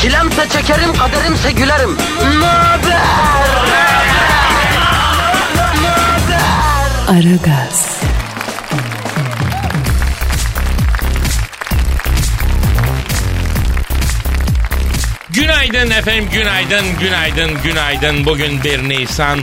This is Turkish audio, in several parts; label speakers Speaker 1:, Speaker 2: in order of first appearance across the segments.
Speaker 1: Çilemse çekerim, kaderimse gülerim. Möber!
Speaker 2: Aragaz,
Speaker 3: Günaydın efendim, günaydın, günaydın, günaydın. Bugün 1 Nisan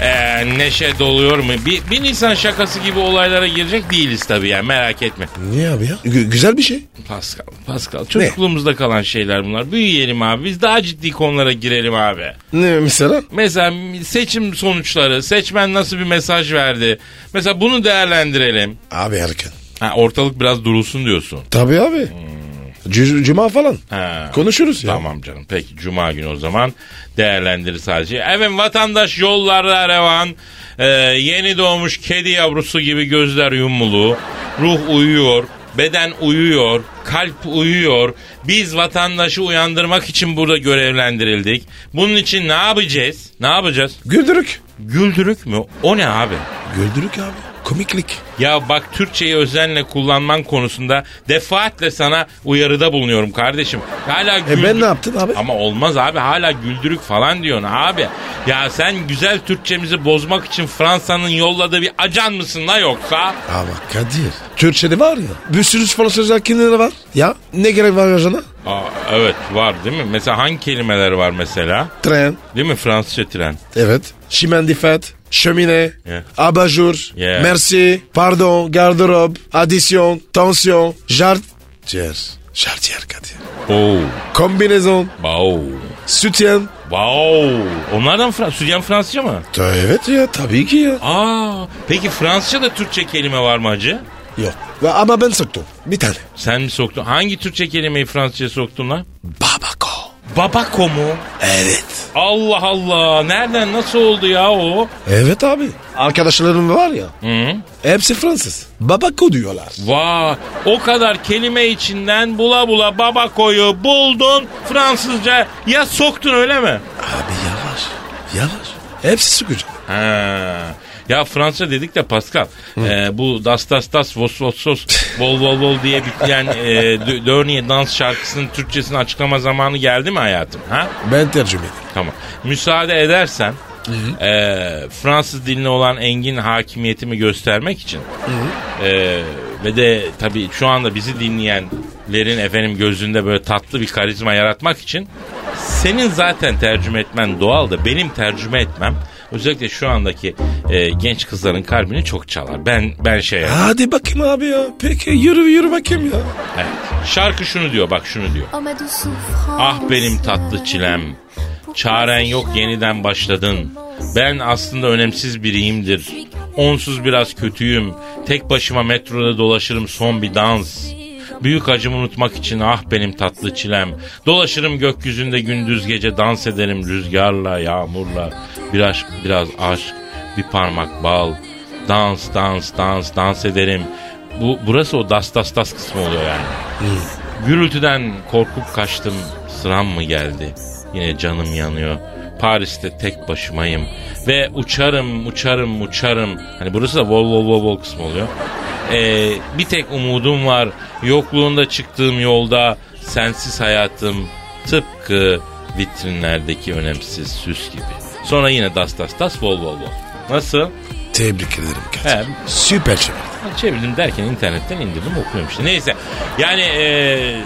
Speaker 3: eee, neşe doluyor mu? Bir, bir Nisan şakası gibi olaylara girecek değiliz tabii yani merak etme.
Speaker 4: Niye abi ya? Gü- güzel bir şey.
Speaker 3: Pascal, Pascal çocukluğumuzda kalan şeyler bunlar. Büyüyelim abi, biz daha ciddi konulara girelim abi.
Speaker 4: Ne mesela?
Speaker 3: Mesela seçim sonuçları, seçmen nasıl bir mesaj verdi? Mesela bunu değerlendirelim.
Speaker 4: Abi erken.
Speaker 3: Ha, ortalık biraz durulsun diyorsun.
Speaker 4: Tabii abi. Cü- Cuma falan.
Speaker 3: Ha.
Speaker 4: Konuşuruz ya.
Speaker 3: Tamam canım. Peki cuma günü o zaman değerlendirir sadece. Evet vatandaş yollarda revan. Ee, yeni doğmuş kedi yavrusu gibi gözler yumulu. Ruh uyuyor. Beden uyuyor, kalp uyuyor. Biz vatandaşı uyandırmak için burada görevlendirildik. Bunun için ne yapacağız? Ne yapacağız?
Speaker 4: Güldürük.
Speaker 3: Güldürük mü? O ne abi?
Speaker 4: Güldürük abi. Komiklik.
Speaker 3: Ya bak Türkçeyi özenle kullanman konusunda defaatle sana uyarıda bulunuyorum kardeşim. Hala
Speaker 4: E
Speaker 3: güldür-
Speaker 4: ben ne yaptın abi?
Speaker 3: ama olmaz abi hala güldürük falan diyorsun abi. Ya sen güzel Türkçemizi bozmak için Fransa'nın yolladığı bir acan mısın la yoksa?
Speaker 4: Ama Kadir. Türkçe'de var ya. Bir sürü Fransızca kelimeleri var. Ya ne gerek var ajana?
Speaker 3: Aa, evet var değil mi? Mesela hangi kelimeler var mesela?
Speaker 4: Tren.
Speaker 3: Değil mi Fransızca tren?
Speaker 4: Evet. Şimendifet. Şömine.
Speaker 3: Yeah.
Speaker 4: Abajur.
Speaker 3: Yeah.
Speaker 4: Merci. Pardon. Gardırop. Adisyon. Tansiyon. Jartiyer. Jartiyer Kadir.
Speaker 3: Oo,
Speaker 4: Kombinezon.
Speaker 3: wow,
Speaker 4: Sütyen.
Speaker 3: wow. Onlardan Fra- Sütyen Fransızca mı?
Speaker 4: Ta evet ya tabii ki ya.
Speaker 3: Aa, peki Fransızca'da Türkçe kelime var mı hacı?
Speaker 4: Yok. Ve- Ama ben soktum. Bir tane.
Speaker 3: Sen mi soktun? Hangi Türkçe kelimeyi Fransızca soktun lan?
Speaker 4: Babako.
Speaker 3: Babako mu?
Speaker 4: Evet.
Speaker 3: Allah Allah. Nereden nasıl oldu ya o?
Speaker 4: Evet abi. Arkadaşlarım var ya.
Speaker 3: Hı?
Speaker 4: Hepsi Fransız. Babako diyorlar.
Speaker 3: Vay o kadar kelime içinden bula bula babakoyu buldun Fransızca ya soktun öyle mi?
Speaker 4: Abi yavaş. Yavaş. Hepsi sıkıcı.
Speaker 3: Ha. Ya Fransa dedik de Pascal e, bu das das das vos vos vos bol bol bol diye bitiren e, Dö- Dörniye dans şarkısının Türkçesini açıklama zamanı geldi mi hayatım? Ha?
Speaker 4: Ben tercüme edeyim.
Speaker 3: Tamam. Müsaade edersen e, Fransız diline olan engin hakimiyetimi göstermek için e, ve de tabii şu anda bizi dinleyenlerin efendim gözünde böyle tatlı bir karizma yaratmak için senin zaten tercüme etmen doğal da benim tercüme etmem özellikle şu andaki e, genç kızların kalbini çok çalar. Ben ben şey yaparım.
Speaker 4: Hadi bakayım abi ya. Peki yürü yürü bakayım ya.
Speaker 3: Evet. Şarkı şunu diyor bak şunu diyor.
Speaker 5: Ah benim tatlı çilem.
Speaker 3: Çaren yok yeniden başladın. Ben aslında önemsiz biriyimdir. Onsuz biraz kötüyüm. Tek başıma metroda dolaşırım son bir dans. Büyük acımı unutmak için ah benim tatlı çilem. Dolaşırım gökyüzünde gündüz gece dans ederim rüzgarla, yağmurla. Biraz biraz aşk, bir parmak bal. Dans, dans, dans, dans ederim. Bu burası o das das das kısmı oluyor yani. Gürültüden korkup kaçtım sıram mı geldi? Yine canım yanıyor. Paris'te tek başımayım. Ve uçarım uçarım uçarım. Hani burası da vol vol vol vol kısmı oluyor. Ee, bir tek umudum var. Yokluğunda çıktığım yolda sensiz hayatım tıpkı vitrinlerdeki önemsiz süs gibi. Sonra yine das das das vol vol vol. Nasıl?
Speaker 4: Tebrik ederim Kadir.
Speaker 3: He,
Speaker 4: Süper şey. çevirdin.
Speaker 3: Çevirdim derken internetten indirdim okuyorum işte. Neyse yani eee,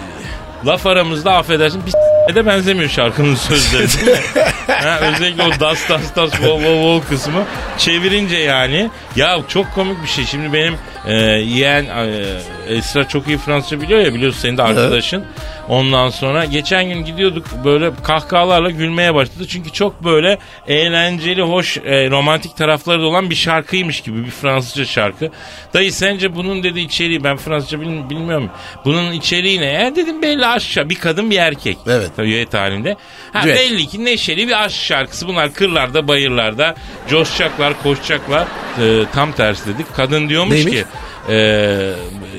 Speaker 3: laf aramızda affedersin bir s- de benzemiyor şarkının sözleri değil mi? ha, özellikle o das das das vol vol vol kısmı çevirince yani ya çok komik bir şey. Şimdi e, benim eee yeğen eee, Esra çok iyi Fransızca biliyor ya biliyorsun senin de arkadaşın. Ondan sonra geçen gün gidiyorduk böyle kahkahalarla gülmeye başladı. Çünkü çok böyle eğlenceli, hoş, e, romantik tarafları da olan bir şarkıymış gibi bir Fransızca şarkı. Dayı sence bunun dedi içeriği ben Fransızca bil- bilmiyorum. Bunun içeriği ne? E dedim belli aşağı bir kadın bir erkek.
Speaker 4: Evet.
Speaker 3: Tabii düet halinde. Ha,
Speaker 4: Düet.
Speaker 3: belli ki neşeli bir aşk şarkısı. Bunlar kırlarda, bayırlarda coşacaklar, koşacaklar. Ee, tam tersi dedik. Kadın diyormuş
Speaker 4: Neymiş?
Speaker 3: ki "Ee,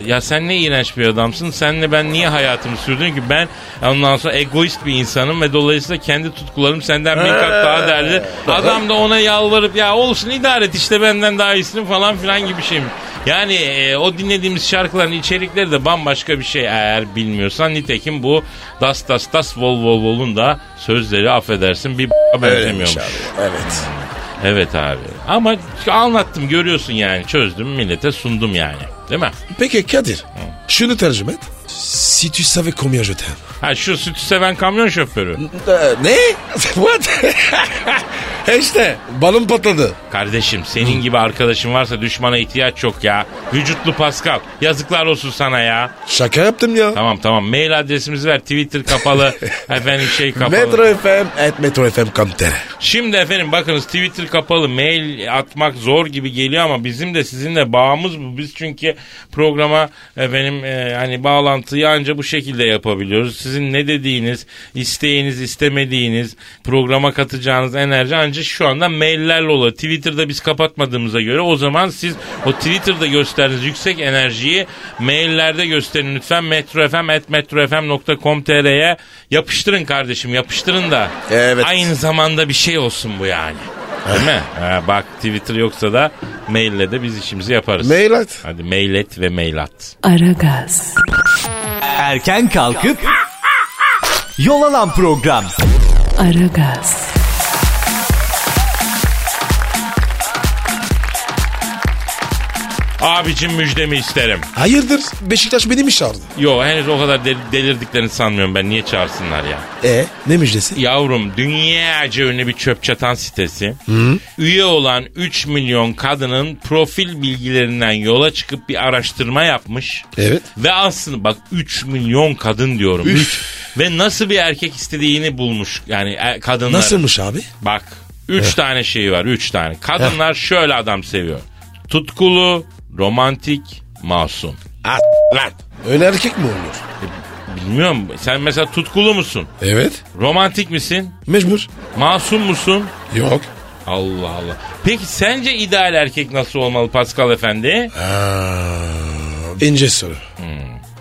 Speaker 3: ya sen ne iğrenç bir adamsın. Senle ben niye hayatımı sürdüm ki? Ben ondan sonra egoist bir insanım ve dolayısıyla kendi tutkularım senden bir kat daha değerli. Adam da ona yalvarıp ya olsun idare et işte benden daha iyisin falan filan gibi şey mi? Yani e, o dinlediğimiz şarkıların içerikleri de bambaşka bir şey eğer bilmiyorsan. Nitekim bu Das Das Das Vol Vol Vol'un da sözleri affedersin bir b- benzemiyormuş.
Speaker 4: Öyleymiş abi. Evet.
Speaker 3: Evet abi. Ama anlattım görüyorsun yani çözdüm millete sundum yani. Değil mi?
Speaker 4: Peki Kadir. Şunu tercüme et. Si tu savais combien je t'aime.
Speaker 3: Ha şu sütü seven kamyon şoförü.
Speaker 4: Ee, ne? What? işte balon patladı.
Speaker 3: Kardeşim senin gibi arkadaşın varsa düşmana ihtiyaç yok ya. Vücutlu Pascal yazıklar olsun sana ya.
Speaker 4: Şaka yaptım ya.
Speaker 3: Tamam tamam mail adresimizi ver Twitter kapalı efendim şey kapalı.
Speaker 4: Metro FM et Metro FM Kamter.
Speaker 3: Şimdi efendim bakınız Twitter kapalı mail atmak zor gibi geliyor ama bizim de sizinle bağımız bu. Biz çünkü programa efendim e, hani bağlantıyı anca bu şekilde yapabiliyoruz. Sizin ne dediğiniz, isteğiniz, istemediğiniz, programa katacağınız enerji anca şu anda maillerle oluyor. Twitter'da biz kapatmadığımıza göre o zaman siz o Twitter'da gösterdiğiniz yüksek enerjiyi maillerde gösterin lütfen. metrofm.metrofm.com.tr'ye yapıştırın kardeşim yapıştırın da.
Speaker 4: Evet.
Speaker 3: Aynı aynı zamanda bir şey olsun bu yani. Değil mi? Ha, bak Twitter yoksa da maille de biz işimizi yaparız.
Speaker 4: Mail at.
Speaker 3: Hadi mail et ve mail at.
Speaker 2: Aragaz,
Speaker 6: Erken kalkıp yol alan program.
Speaker 2: Aragaz,
Speaker 3: Abicim müjdemi isterim.
Speaker 4: Hayırdır Beşiktaş beni mi çağırdı?
Speaker 3: Yo henüz o kadar del- delirdiklerini sanmıyorum ben. Niye çağırsınlar ya?
Speaker 4: E ne müjdesi?
Speaker 3: Yavrum dünyaca ünlü bir çöp çatan sitesi. Üye olan 3 milyon kadının profil bilgilerinden yola çıkıp bir araştırma yapmış.
Speaker 4: Evet.
Speaker 3: Ve aslında bak 3 milyon kadın diyorum.
Speaker 4: Üf.
Speaker 3: Üç. Ve nasıl bir erkek istediğini bulmuş yani e, kadınlar.
Speaker 4: Nasılmış abi?
Speaker 3: Bak. Üç
Speaker 4: Eh.
Speaker 3: tane şeyi var. Üç tane. Kadınlar şöyle adam seviyor. Tutkulu, romantik, masum.
Speaker 4: Lan. Öyle erkek mi olur?
Speaker 3: Bilmiyorum. Sen mesela tutkulu musun?
Speaker 4: Evet.
Speaker 3: Romantik misin?
Speaker 4: Mecbur.
Speaker 3: Masum musun?
Speaker 4: Yok.
Speaker 3: Allah Allah. Peki sence ideal erkek nasıl olmalı Pascal Efendi?
Speaker 4: Eh. İnce soru.
Speaker 3: Hmm.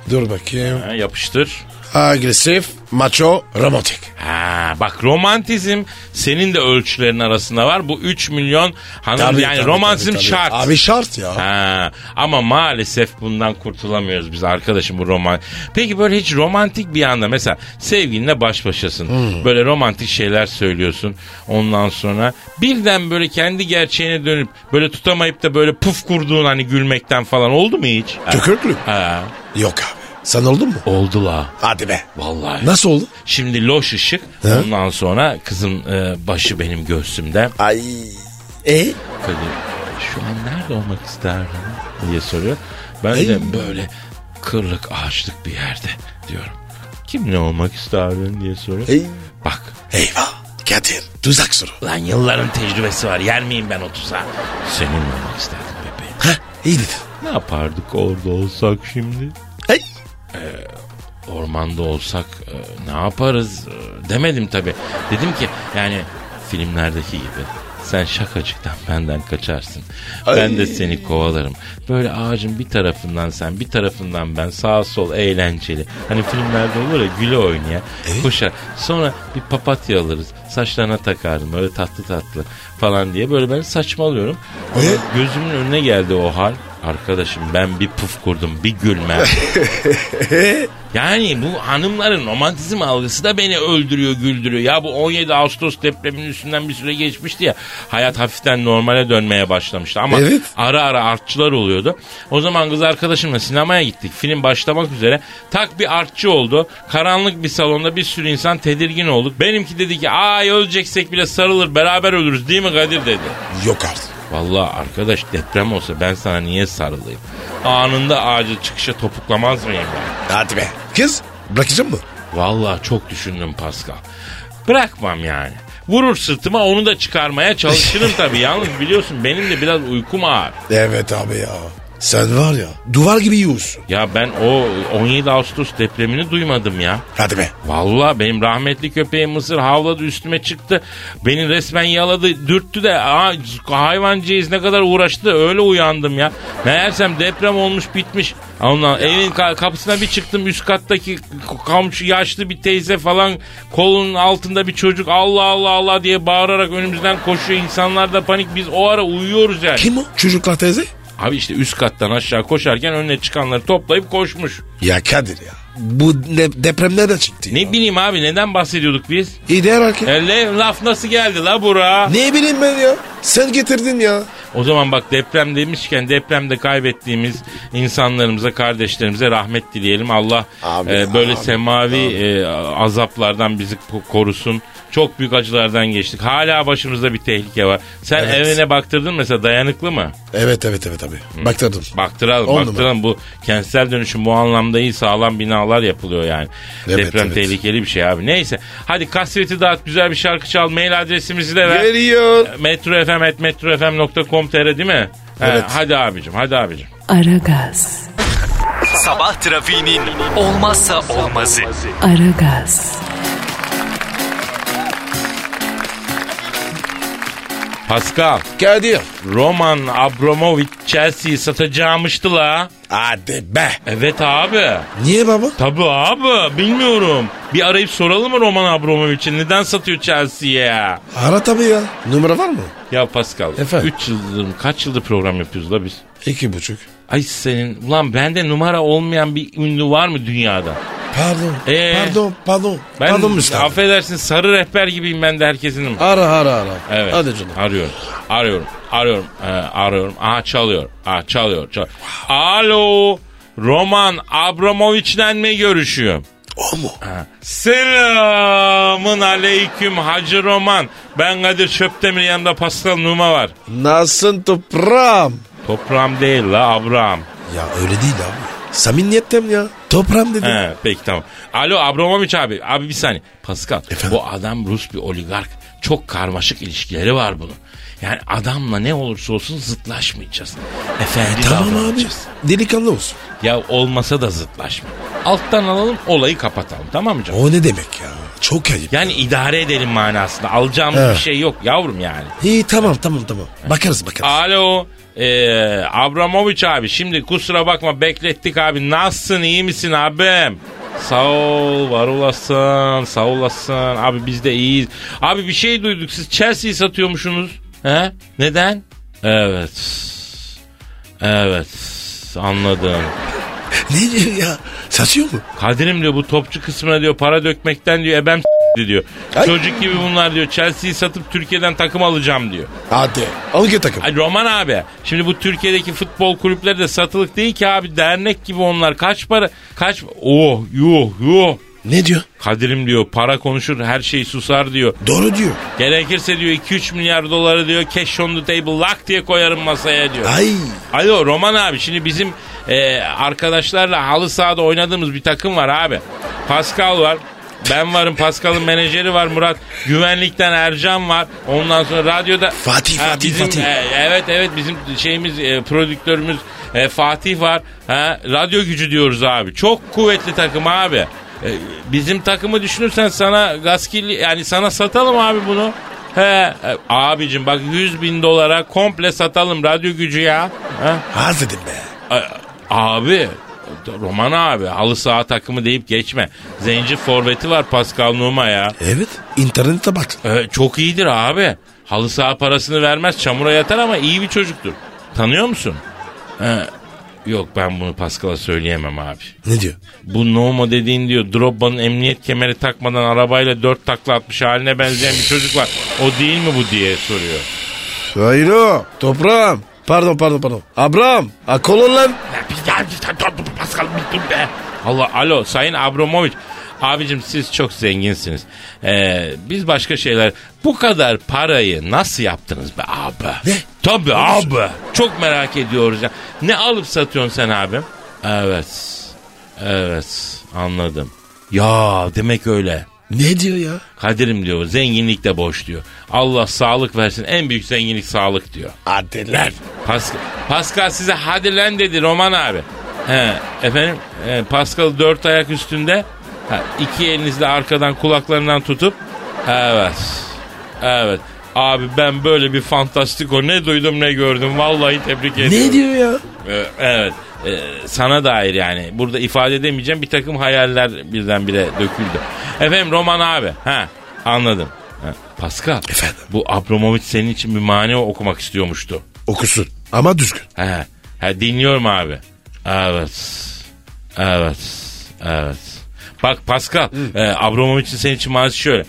Speaker 4: Dur bakayım.
Speaker 3: Ha, yapıştır.
Speaker 4: Agresif, macho, romantik.
Speaker 3: Ha, bak romantizm senin de ölçülerin arasında var. Bu 3 milyon hanım yani romantizm
Speaker 4: tabii, tabii.
Speaker 3: şart.
Speaker 4: Abi şart ya.
Speaker 3: Ha, ama maalesef bundan kurtulamıyoruz biz arkadaşım bu roman. Peki böyle hiç romantik bir anda mesela sevgilinle baş başasın. Böyle romantik şeyler söylüyorsun. Ondan sonra birden böyle kendi gerçeğine dönüp böyle tutamayıp da böyle puf kurduğun hani gülmekten falan oldu mu hiç? Ha.
Speaker 4: Kökürklü.
Speaker 3: Ha.
Speaker 4: Yok abi. Sen oldun mu?
Speaker 3: Oldu la.
Speaker 4: Hadi be.
Speaker 3: Vallahi.
Speaker 4: Nasıl oldu?
Speaker 3: Şimdi loş ışık.
Speaker 4: Ha?
Speaker 3: Ondan sonra kızım e, başı benim göğsümde.
Speaker 4: Ay. E?
Speaker 3: Kadir şu an nerede olmak isterdin diye soruyor. Ben
Speaker 4: Ey.
Speaker 3: de böyle kırlık ağaçlık bir yerde diyorum. Kim ne olmak isterdin diye soruyor.
Speaker 4: Ey.
Speaker 3: Bak
Speaker 4: Eyvah. Kadir. Tuzak soru.
Speaker 3: lan yılların tecrübesi var yer miyim ben 30'a? Senin ne olmak isterdin bebeğim?
Speaker 4: Ha? İyi dedin.
Speaker 3: Ne yapardık orada olsak şimdi?
Speaker 4: Ey.
Speaker 3: Ormanda olsak e, ne yaparız E, demedim tabii. Dedim ki yani filmlerdeki gibi sen şakacıktan benden kaçarsın. Ben de seni kovalarım. Böyle ağacın bir tarafından sen bir tarafından ben sağ sol eğlenceli. Hani filmlerde olur ya güle oynaya koşar. Sonra bir papatya alırız. Saçlarına takardım öyle tatlı tatlı falan diye. Böyle ben saçmalıyorum. Ama gözümün önüne geldi o hal. Arkadaşım ben bir puf kurdum bir gülme. Yani bu hanımların romantizm algısı da beni öldürüyor, güldürüyor. Ya bu 17 Ağustos depreminin üstünden bir süre geçmişti ya. Hayat hafiften normale dönmeye başlamıştı ama
Speaker 4: Evet.
Speaker 3: ara ara artçılar oluyordu. O zaman kız arkadaşımla sinemaya gittik. Film başlamak üzere. Tak bir artçı oldu. Karanlık bir salonda bir sürü insan tedirgin olduk. Benimki dedi ki ay öleceksek bile sarılır beraber ölürüz değil mi Kadir dedi.
Speaker 4: Yok artık.
Speaker 3: Vallahi arkadaş deprem olsa ben sana niye sarılayım? Anında ağacı çıkışa topuklamaz mıyım ben?
Speaker 4: Hadi be. Kız bırakacak mı?
Speaker 3: Vallahi çok düşündüm Pascal. Bırakmam yani. Vurur sırtıma onu da çıkarmaya çalışırım tabii. Yalnız biliyorsun benim de biraz uykum ağır.
Speaker 4: Evet abi ya. Sen var ya duvar gibi yiyorsun.
Speaker 3: Ya ben o 17 Ağustos depremini duymadım ya.
Speaker 4: Hadi be.
Speaker 3: Vallahi benim rahmetli köpeğim Mısır havladı üstüme çıktı. Beni resmen yaladı dürttü de aa, hayvancıyız ne kadar uğraştı öyle uyandım ya. Meğersem deprem olmuş bitmiş. Ondan evin ka- kapısına bir çıktım üst kattaki k- komşu yaşlı bir teyze falan kolunun altında bir çocuk Allah Allah Allah diye bağırarak önümüzden koşuyor. İnsanlar da panik biz o ara uyuyoruz yani.
Speaker 4: Kim o? Çocuklar teyze?
Speaker 3: Abi işte üst kattan aşağı koşarken önüne çıkanları toplayıp koşmuş.
Speaker 4: Ya Kadir ya. Bu ne, deprem nereden çıktı?
Speaker 3: Ne bileyim abi neden bahsediyorduk biz?
Speaker 4: İdeal hareket.
Speaker 3: E, le- laf nasıl geldi la bura?
Speaker 4: Ne bileyim ben ya. Sen getirdin ya.
Speaker 3: O zaman bak deprem demişken depremde kaybettiğimiz insanlarımıza, kardeşlerimize rahmet dileyelim. Allah
Speaker 4: Abi,
Speaker 3: e, böyle
Speaker 4: abi,
Speaker 3: semavi e, azaplardan bizi ko- korusun. Çok büyük acılardan geçtik. Hala başımızda bir tehlike var. Sen
Speaker 4: Evet.
Speaker 3: evine baktırdın mesela dayanıklı mı?
Speaker 4: Evet evet evet abi. Baktırdım.
Speaker 3: Baktıralım,
Speaker 4: On
Speaker 3: baktıralım. Bu kentsel dönüşüm bu anlamda iyi sağlam binalar yapılıyor yani.
Speaker 4: Evet,
Speaker 3: Deprem
Speaker 4: evet.
Speaker 3: tehlikeli bir şey abi. Neyse. Hadi kasveti dağıt, güzel bir şarkı çal. Mail adresimizi de ver.
Speaker 4: Veriyor.
Speaker 3: metrofm.com.tr değil mi?
Speaker 4: Evet.
Speaker 3: He, hadi abicim, hadi abicim.
Speaker 2: Aragaz,
Speaker 6: Sabah trafiğinin olmazsa olmazı.
Speaker 2: Aragaz,
Speaker 3: Pascal,
Speaker 4: Kadir.
Speaker 3: Roman Abramovich Chelsea'yi satacağımıştı la.
Speaker 4: Hadi be.
Speaker 3: Evet abi.
Speaker 4: Niye baba?
Speaker 3: Tabii abi. Bilmiyorum. Bir arayıp soralım mı Roman Abramovich'i? Neden satıyor Chelsea'ye?
Speaker 4: Ara tabii ya. Numara var mı?
Speaker 3: Ya Pascal,
Speaker 4: Efendim?
Speaker 3: 3 yıldır, kaç yıldır program yapıyoruz la biz?
Speaker 4: İki buçuk.
Speaker 3: Ay senin, ulan bende numara olmayan bir ünlü var mı dünyada?
Speaker 4: Pardon.
Speaker 3: Ee?
Speaker 4: Pardon. Pardon.
Speaker 3: Ben,
Speaker 4: pardon Müslüman.
Speaker 3: affedersin sarı rehber gibiyim ben de herkesin.
Speaker 4: Ara ara ara.
Speaker 3: Evet.
Speaker 4: Hadi canım.
Speaker 3: Arıyorum. Arıyorum. Arıyorum. Ee, arıyorum. Aha çalıyor. Aha çalıyor. çalıyor. Alo. Roman Abramovich'le mi görüşüyorum?
Speaker 4: O mu?
Speaker 3: Selamın aleyküm Hacı Roman. Ben Kadir Çöptemir yanımda Pascal Numa var.
Speaker 4: Nasılsın toprağım?
Speaker 3: Toprağım değil la Abraham.
Speaker 4: Ya öyle değil abi. Samimiyetten ya. Toprağım dedi.
Speaker 3: He, peki tamam. Alo Abramovich abi. Abi bir saniye. Pascal
Speaker 4: Efendim?
Speaker 3: bu adam Rus bir oligark. Çok karmaşık ilişkileri var bunun. Yani adamla ne olursa olsun zıtlaşmayacağız. Efendi
Speaker 4: E, Tamam abi.
Speaker 3: davranacağız.
Speaker 4: Delikanlı olsun.
Speaker 3: Ya olmasa da zıtlaşma. Alttan alalım olayı kapatalım tamam mı canım?
Speaker 4: O ne demek ya? Çok ayıp.
Speaker 3: Yani idare edelim manasında. Alacağımız
Speaker 4: Evet.
Speaker 3: bir şey yok yavrum yani.
Speaker 4: İyi tamam tamam tamam. Bakarız bakarız.
Speaker 3: Alo. Ee, Abramovic abi şimdi kusura bakma beklettik abi. Nasılsın iyi misin abim? Sağ ol var olasın sağ olasın abi biz de iyiyiz. Abi bir şey duyduk siz Chelsea'yi satıyormuşsunuz. He? Neden? Evet. Evet anladım.
Speaker 4: Ne diyor ya? Satıyor mu?
Speaker 3: Kadir'im diyor bu topçu kısmına diyor para dökmekten diyor ebem s**ti diyor.
Speaker 4: Ay.
Speaker 3: Çocuk gibi bunlar diyor Chelsea'yi satıp Türkiye'den takım alacağım diyor.
Speaker 4: Hadi. Hangi takım?
Speaker 3: Ay Roman abi şimdi bu Türkiye'deki futbol kulüpleri de satılık değil ki abi dernek gibi onlar kaç para kaç oh yuh yuh.
Speaker 4: Ne diyor?
Speaker 3: Kadir'im diyor para konuşur her şey susar diyor.
Speaker 4: Doğru diyor.
Speaker 3: Gerekirse diyor 2-3 milyar doları diyor cash on the table lak diye koyarım masaya diyor.
Speaker 4: Ay.
Speaker 3: Alo Roman abi şimdi bizim e, arkadaşlarla halı sahada oynadığımız bir takım var abi. Pascal var. Ben varım. Pascal'ın menajeri var Murat. Güvenlikten Ercan var. Ondan sonra radyoda...
Speaker 4: Fatih, Fatih,
Speaker 3: bizim,
Speaker 4: Fatih.
Speaker 3: e, evet evet bizim şeyimiz e, prodüktörümüz e, Fatih var. Ha, radyo gücü diyoruz abi. Çok kuvvetli takım abi. E, bizim takımı düşünürsen sana gaskilli yani sana satalım abi bunu. He, e, abicim bak 100 bin dolara komple satalım radyo gücü ya. Ha?
Speaker 4: Az dedim be.
Speaker 3: A- Abi Roman abi halı saha takımı deyip geçme. Zenci forveti var Pascal Numa ya.
Speaker 4: Evet. İnternete bak.
Speaker 3: Ee, çok iyidir abi. Halı saha parasını vermez çamura yatar ama iyi bir çocuktur. Tanıyor musun? Ee, yok ben bunu Pascal'a söyleyemem abi.
Speaker 4: Ne diyor?
Speaker 3: Bu Noma dediğin diyor Drogba'nın emniyet kemeri takmadan arabayla dört takla atmış haline benzeyen bir çocuk var. O değil mi bu diye soruyor.
Speaker 4: Hayır o. Toprağım. Pardon pardon pardon. Abraham. Akol ol lan.
Speaker 3: Ya bir- ya bir- ya dur, dur, Pascal bir dur be. Allah alo Sayın Abramovic. Abicim siz çok zenginsiniz. Ee, biz başka şeyler... Bu kadar parayı nasıl yaptınız be abi?
Speaker 4: Ne?
Speaker 3: Tabii abi. Çok merak ediyoruz ya. Ne alıp satıyorsun sen abim? Evet. Evet anladım. Ya demek öyle.
Speaker 4: Ne diyor ya?
Speaker 3: Kadir'im diyor zenginlik de boş diyor. Allah sağlık versin en büyük zenginlik sağlık diyor.
Speaker 4: Adiler.
Speaker 3: Pas- Pascal size hadi lan dedi Roman abi. He, efendim e, Pascal dört ayak üstünde ha, iki elinizle arkadan kulaklarından tutup evet evet abi ben böyle bir fantastiko ne duydum ne gördüm vallahi tebrik ediyorum.
Speaker 4: Ne diyor ya?
Speaker 3: Ee, Evet. Ee, sana dair yani. Burada ifade edemeyeceğim bir takım hayaller birdenbire döküldü. Efendim Roman abi. Ha anladım. Ha, Pascal.
Speaker 4: Efendim?
Speaker 3: Bu Abramovich senin için bir mani okumak istiyormuştu.
Speaker 4: Okusun ama düzgün.
Speaker 3: Ha, ha dinliyorum abi. Evet. Evet. Evet. Bak Pascal, e, Abramovich'in senin için manası şöyle.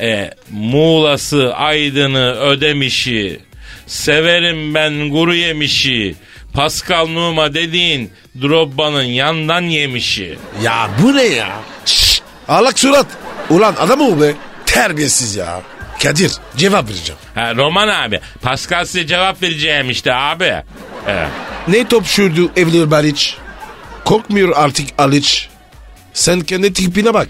Speaker 3: E, Muğla'sı, Aydın'ı, Ödemiş'i, severim ben guru yemişi, Pascal Numa dediğin Drobba'nın yandan yemişi.
Speaker 4: Ya bu ne ya? Şşş, alak surat. Ulan adam o be. Terbiyesiz ya. Kadir cevap vereceğim.
Speaker 3: Ha, Roman abi, Pascal size cevap vereceğim işte abi. E, Evet.
Speaker 4: Ne top sürdü Evliyor Baliç? Korkmuyor artık Aliç. Sen kendi tipine bak.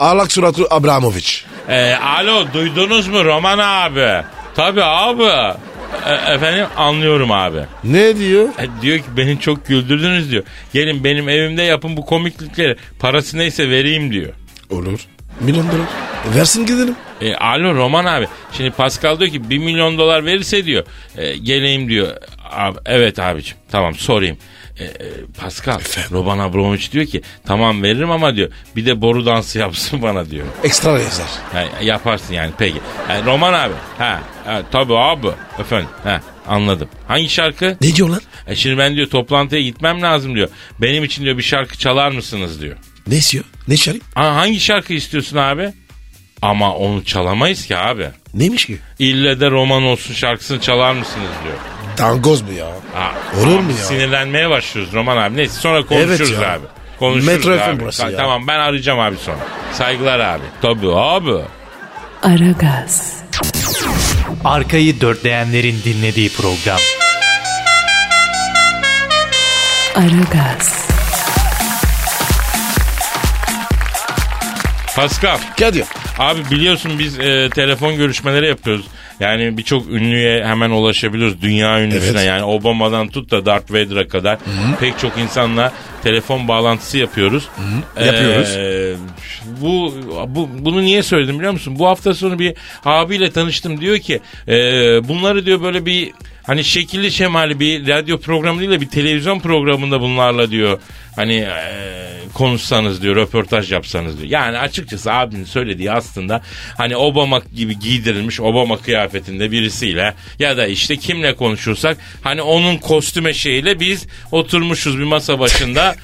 Speaker 4: Alak suratlı Abramovic.
Speaker 3: E, alo duydunuz mu Roman abi? Tabii abi. E, efendim anlıyorum abi.
Speaker 4: Ne diyor?
Speaker 3: E, diyor ki beni çok güldürdünüz diyor. Gelin benim evimde yapın bu komiklikleri. Parası neyse vereyim diyor.
Speaker 4: Olur. Milyon dolar. Versin gidelim.
Speaker 3: E, alo Roman abi. Şimdi Pascal diyor ki 1 milyon dolar verirse diyor. e, geleyim diyor. Abi, evet abicim tamam sorayım. E, e, Pascal Roman Abramovich diyor ki tamam veririm ama diyor bir de boru dansı yapsın bana diyor.
Speaker 4: Ekstra yazar.
Speaker 3: Ha, yaparsın yani peki. E, Roman abi. Ha, ha tabii abi. Efendim. Ha, anladım. Hangi şarkı?
Speaker 4: Ne diyor lan?
Speaker 3: E şimdi ben diyor toplantıya gitmem lazım diyor. Benim için diyor bir şarkı çalar mısınız diyor.
Speaker 4: Ne istiyor? Ne şarip?
Speaker 3: Aa, hangi şarkı istiyorsun abi? Ama onu çalamayız ki abi.
Speaker 4: Neymiş ki?
Speaker 3: İlle de roman olsun şarkısını çalar mısınız diyor.
Speaker 4: Dangoz mu ya?
Speaker 3: Aa,
Speaker 4: Olur
Speaker 3: abi
Speaker 4: mu ya?
Speaker 3: Sinirlenmeye başlıyoruz Roman abi. Neyse sonra konuşuruz
Speaker 4: Evet ya.
Speaker 3: abi. Konuşuruz
Speaker 4: Metro
Speaker 3: abi.
Speaker 4: FM burası ya.
Speaker 3: Tamam ben arayacağım abi sonra. Saygılar abi. Tabii abi.
Speaker 2: Aragaz,
Speaker 6: Arkayı dörtleyenlerin dinlediği program.
Speaker 2: Aragaz,
Speaker 3: Pascal.
Speaker 4: Kadir.
Speaker 3: Abi biliyorsun biz e, telefon görüşmeleri yapıyoruz. Yani birçok ünlüye hemen ulaşabiliyoruz. Dünya ünlüsüne
Speaker 4: Evet.
Speaker 3: yani Obama'dan tut da Darth Vader'a kadar pek çok insanla telefon bağlantısı yapıyoruz. Ee,
Speaker 4: Yapıyoruz.
Speaker 3: bu, bu bunu niye söyledim biliyor musun? Bu hafta sonu bir abiyle tanıştım diyor ki e, bunları diyor böyle bir hani şekilli şemali bir radyo programı değil de bir televizyon programında bunlarla diyor hani e, konuşsanız diyor röportaj yapsanız diyor. Yani açıkçası abinin söylediği aslında hani Obama gibi giydirilmiş Obama kıyafetinde birisiyle ya da işte kimle konuşursak hani onun kostüme şeyiyle biz oturmuşuz bir masa başında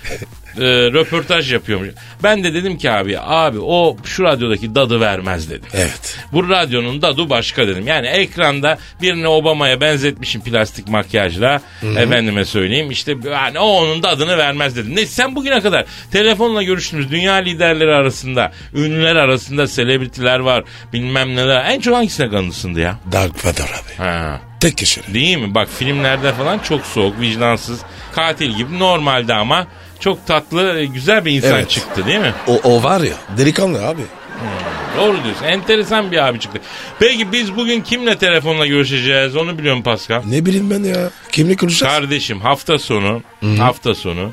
Speaker 3: e, röportaj yapıyormuş. Ben de dedim ki abi abi o şu radyodaki dadı vermez dedim.
Speaker 4: Evet.
Speaker 3: Bu radyonun dadı başka dedim. Yani ekranda birini Obama'ya benzetmişim plastik makyajla. Efendime söyleyeyim işte yani o onun dadını vermez dedim. Ne sen bugüne kadar telefonla görüştüğümüz dünya liderleri arasında, ünlüler arasında selebritiler var bilmem neler. En çok hangisine kanıtsındı ya?
Speaker 4: Dark Vader abi.
Speaker 3: Ha.
Speaker 4: Tek kişi.
Speaker 3: Değil mi? Bak filmlerde falan çok soğuk, vicdansız, katil gibi normalde ama çok tatlı, e, güzel bir insan
Speaker 4: Evet.
Speaker 3: çıktı değil mi?
Speaker 4: O, o var ya. Delikanlı abi.
Speaker 3: Doğru diyorsun. Enteresan bir abi çıktı. Peki biz bugün kimle telefonla görüşeceğiz onu biliyorum Pascal.
Speaker 4: Ne bileyim ben ya. Kimle konuşacağız?
Speaker 3: Kardeşim hafta sonu hafta sonu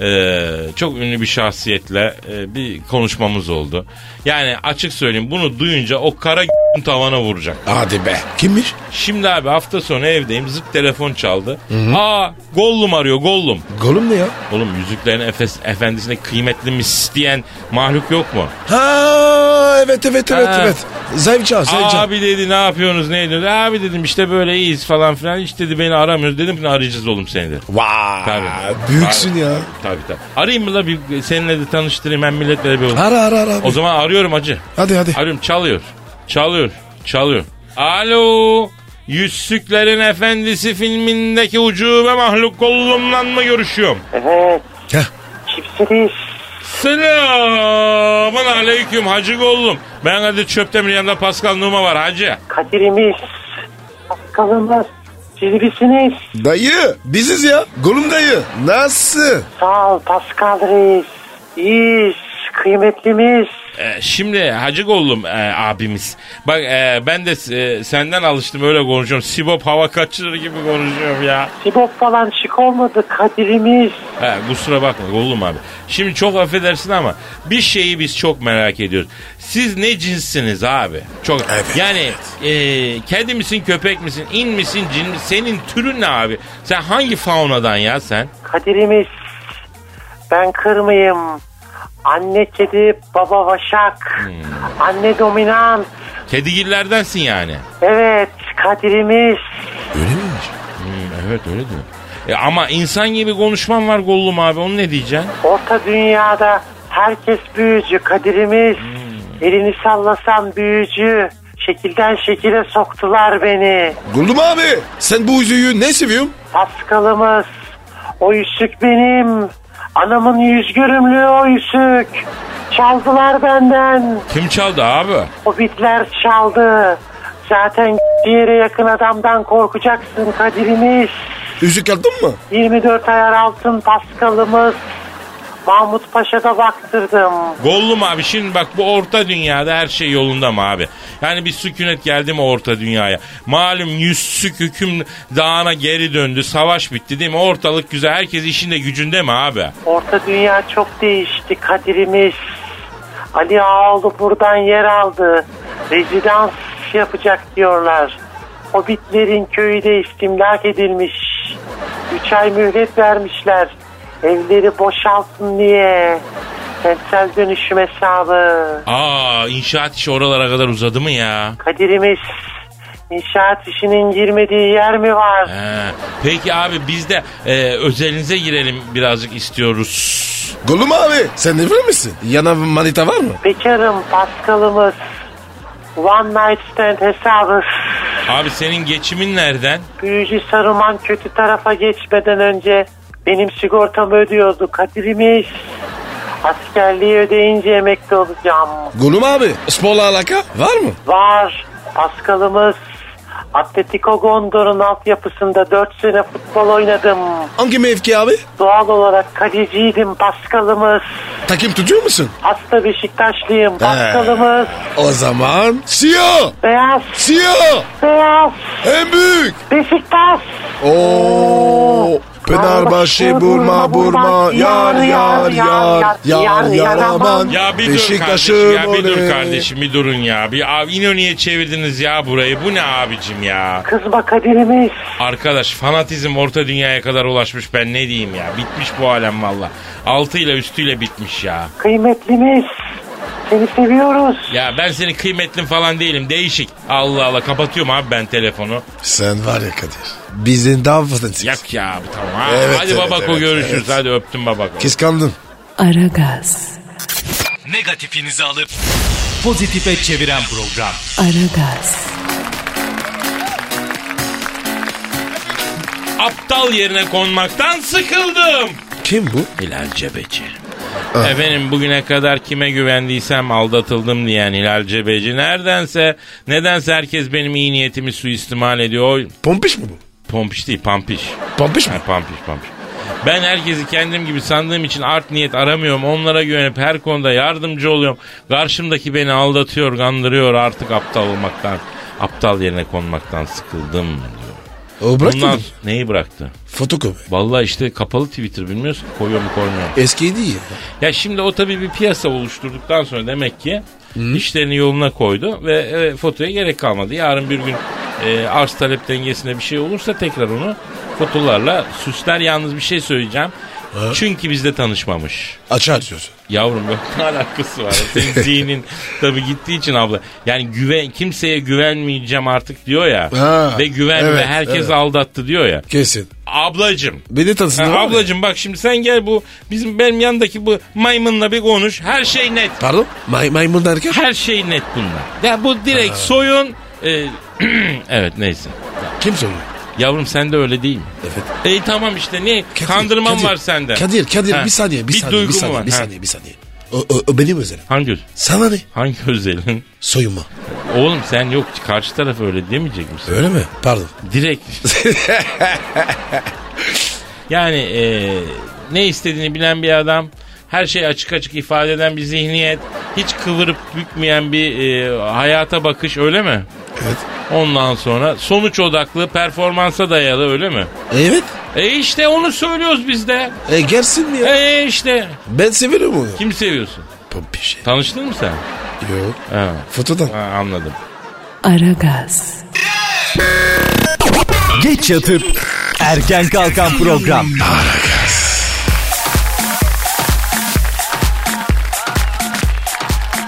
Speaker 3: e, çok ünlü bir şahsiyetle e, bir konuşmamız oldu. Yani açık söyleyeyim bunu duyunca o kara tavana vuracak.
Speaker 4: Hadi be. Kimmiş?
Speaker 3: Şimdi abi hafta sonu evdeyim zıp telefon çaldı. Aa Gollum arıyor Gollum.
Speaker 4: Golüm ne ya?
Speaker 3: Oğlum yüzüklerin efes, efendisine kıymetli mis diyen mahluk yok mu?
Speaker 4: Ha evet evet evet
Speaker 3: Ha.
Speaker 4: evet. Zayıfça zayıfça.
Speaker 3: Abi dedi ne yapıyorsunuz ne ediyorsunuz? Abi dedim işte böyle iyiyiz falan filan. Hiç dedi beni aramıyoruz. Dedim ki arayacağız oğlum seni dedi.
Speaker 4: Vay.
Speaker 3: Tabii.
Speaker 4: Büyüksün ya.
Speaker 3: Tabii tabii. Arayayım mı la bir seninle de tanıştırayım hem milletle de bir
Speaker 4: Ara ara ara. abi.
Speaker 3: O zaman arıyorum acı.
Speaker 4: Hadi hadi.
Speaker 3: Arıyorum çalıyor. Çalıyor. Çalıyor. Alo. Yüzsüklerin Efendisi filmindeki ucube mahluk kollumla mı görüşüyorum?
Speaker 4: Heh.
Speaker 3: Selamun aleyküm hacı gollum. Ben Kadir Çöptemir yanında Pascal Numa var hacı.
Speaker 7: Kadirimiz, Paskal'ımız, Silvisiniz.
Speaker 4: Dayı biziz ya. Golüm dayı. Nasıl?
Speaker 7: Sağ ol Paskal Reis. İyiyiz. kıymetlimiz.
Speaker 3: E, şimdi Hacı Gollum e, abimiz. Bak e, ben de e, senden alıştım öyle konuşuyorum. Sibop hava kaçırır gibi konuşuyorum ya.
Speaker 7: Sibop falan şık olmadı kadirimiz.
Speaker 3: He, kusura bakma Gollum abi. Şimdi çok affedersin ama bir şeyi biz çok merak ediyoruz. Siz ne cinssiniz abi? Çok Yani e, kedi misin, köpek misin, in misin, cin misin? Senin türün ne abi? Sen hangi faunadan ya sen?
Speaker 7: Kadirimiz. Ben kırmayayım. Anne kedi, baba vaşak. Anne dominant.
Speaker 3: Kedigillerdensin yani.
Speaker 7: Evet kadirimiz.
Speaker 4: Öyle miymiş?
Speaker 3: Evet öyle diyor. E, ama insan gibi konuşman var Gollum abi. Onu ne diyeceksin?
Speaker 7: Orta dünyada herkes büyücü kadirimiz. Elini sallasan büyücü. Şekilden şekile soktular beni.
Speaker 4: Goldum abi sen bu yüzüğü ne seviyorsun?
Speaker 7: Paskalımız. O yüzük benim. Anamın yüz görümlüğü o yüzük. Çaldılar benden.
Speaker 3: Kim çaldı abi?
Speaker 7: O bitler çaldı. Zaten yere yakın adamdan korkacaksın kadirimiz.
Speaker 4: Yüzük aldın mı?
Speaker 7: 24 ayar altın paskalımız. Mahmut Paşa'da baktırdım.
Speaker 3: Gollum abi şimdi bak bu orta dünyada her şey yolunda mı abi? Yani bir sükunet geldi mi orta dünyaya? Malum yüzsük hüküm dağına geri döndü. Savaş bitti değil mi? Ortalık güzel. Herkes işinde gücünde mi abi?
Speaker 7: Orta dünya çok değişti kadirimiz. Ali Ağaoğlu buradan yer aldı. Rezidans yapacak diyorlar. Hobbitlerin köyü de istimlak edilmiş. Üç ay mühlet vermişler. Evleri boşalsın diye. Kentsel dönüşüm hesabı.
Speaker 3: Aa inşaat işi oralara kadar uzadı mı ya?
Speaker 7: Kadirimiz inşaat işinin girmediği yer mi var?
Speaker 3: He. Peki abi biz de e, özelinize girelim birazcık istiyoruz.
Speaker 4: Gollum abi sen evli misin? Yana manita var mı?
Speaker 7: Bekarım paskalımız. One night stand hesabı.
Speaker 3: Abi senin geçimin nereden?
Speaker 7: Büyücü Saruman kötü tarafa geçmeden önce benim sigortamı ödüyordu Kadirimiz. Askerliği ödeyince emekli olacağım.
Speaker 4: Gollum abi sporla alaka var mı?
Speaker 7: Var paskalımız. Atletico Gondor'un altyapısında 4 sene futbol oynadım.
Speaker 4: Hangi mevki abi?
Speaker 7: Doğal olarak kaleciydim paskalımız.
Speaker 4: Takım tutuyor musun?
Speaker 7: Hasta Beşiktaşlıyım paskalımız.
Speaker 4: O zaman CEO!
Speaker 7: Beyaz,
Speaker 4: CEO!
Speaker 7: beyaz,
Speaker 4: En büyük!
Speaker 7: Beşiktaş.
Speaker 4: Oo! Fenerbahçe burma burma yar yar yar yar yar aman
Speaker 3: Ya bir dur kardeşim ya bir dur kardeşim bir durun ya. Bir abi İnönü'ye çevirdiniz ya burayı. Bu ne abicim ya?
Speaker 7: Kızma kaderimiz.
Speaker 3: Arkadaş fanatizm orta dünyaya kadar ulaşmış ben ne diyeyim ya. Bitmiş bu alem valla. Altıyla üstüyle bitmiş ya.
Speaker 7: Kıymetlimiz. Seni seviyoruz.
Speaker 3: Ya ben senin kıymetlin falan değilim değişik. Allah Allah kapatıyorum abi ben telefonu.
Speaker 4: Sen var ya Kadir. Bizden daha fazlasın.
Speaker 3: Yak ya abi tamam. Ha,
Speaker 4: Evet,
Speaker 3: hadi
Speaker 4: evet,
Speaker 3: babako
Speaker 4: evet,
Speaker 3: görüşürüz
Speaker 4: evet.
Speaker 3: hadi öptüm babako.
Speaker 4: Kıskandın.
Speaker 2: Aragaz,
Speaker 6: Negatifinizi alıp pozitife çeviren program.
Speaker 2: Aragaz,
Speaker 3: Aptal yerine konmaktan sıkıldım.
Speaker 4: Kim bu?
Speaker 3: Hilal Cebeci. Efendim bugüne kadar kime güvendiysem aldatıldım diyen Hilal Cebeci neredense nedense herkes benim iyi niyetimi suistimal ediyor. Oy,
Speaker 4: Pompiş mi bu?
Speaker 3: Pompiş değil pampiş.
Speaker 4: Pompiş mi?
Speaker 3: Ha, pampiş pampiş. Ben herkesi kendim gibi sandığım için art niyet aramıyorum. Onlara güvenip her konuda yardımcı oluyorum. Karşımdaki beni aldatıyor, kandırıyor artık aptal olmaktan. Aptal yerine konmaktan sıkıldım diyor.
Speaker 4: O bıraktı
Speaker 3: Bundan-
Speaker 4: mı?
Speaker 3: neyi bıraktı?
Speaker 4: Fotokopi.
Speaker 3: Vallahi işte kapalı Twitter bilmiyorsun. Koyuyor mu koymuyor mu?
Speaker 4: Eski değil ya.
Speaker 3: Ya şimdi o tabii bir piyasa oluşturduktan sonra demek ki işlerini yoluna koydu ve e, fotoya gerek kalmadı. Yarın bir gün e, arz talep dengesinde bir şey olursa tekrar onu fotolarla süsler. Yalnız bir şey söyleyeceğim. Çünkü bizde tanışmamış.
Speaker 4: Açar diyorsun.
Speaker 3: Yavrum yok ne alakası var? Senin zihnin tabii gittiği için abla. Yani güven kimseye güvenmeyeceğim artık diyor ya.
Speaker 4: Ha,
Speaker 3: ve güvenme
Speaker 4: evet,
Speaker 3: herkes
Speaker 4: evet.
Speaker 3: aldattı diyor ya.
Speaker 4: Kesin.
Speaker 3: Ablacım
Speaker 4: Beni tanısın.
Speaker 3: Ha,
Speaker 4: var ya.
Speaker 3: ablacım bak şimdi sen gel bu bizim benim yandaki bu maymunla bir konuş. Her şey net.
Speaker 4: Pardon? May maymun derken?
Speaker 3: Her şey net bunlar. Ya bu direkt soyun. e, evet neyse.
Speaker 4: Kim soruyor?
Speaker 3: Yavrum sen de öyle değil mi?
Speaker 4: Evet.
Speaker 3: E tamam işte ne
Speaker 4: Kadir,
Speaker 3: kandırmam
Speaker 4: Kadir,
Speaker 3: var sende.
Speaker 4: Kadir, Kadir
Speaker 3: Ha,
Speaker 4: bir saniye, bir, saniye, bir
Speaker 3: duygum
Speaker 4: saniye,
Speaker 3: var.
Speaker 4: bir
Speaker 3: Ha.
Speaker 4: saniye, bir saniye. O, o, o benim özelim.
Speaker 3: Hangi göz?
Speaker 4: Sana ne?
Speaker 3: Hangi özelin?
Speaker 4: Soyunma.
Speaker 3: Oğlum sen yok karşı taraf öyle demeyecek misin?
Speaker 4: Öyle mi? Pardon.
Speaker 3: Direkt. yani e, ne istediğini bilen bir adam her şeyi açık açık ifade eden bir zihniyet, hiç kıvırıp bükmeyen bir e, hayata bakış öyle mi?
Speaker 4: Evet.
Speaker 3: Ondan sonra sonuç odaklı, performansa dayalı öyle mi?
Speaker 4: Evet.
Speaker 3: E işte onu söylüyoruz biz de.
Speaker 4: E gelsin mi ya?
Speaker 3: E işte.
Speaker 4: Ben severim onu.
Speaker 3: Kim seviyorsun?
Speaker 4: Pompişi.
Speaker 3: Tanıştın mı sen?
Speaker 4: Yok.
Speaker 3: Ha,
Speaker 4: Fotodan.
Speaker 3: ha, anladım.
Speaker 2: Aragaz,
Speaker 6: Geç yatıp erken kalkan program.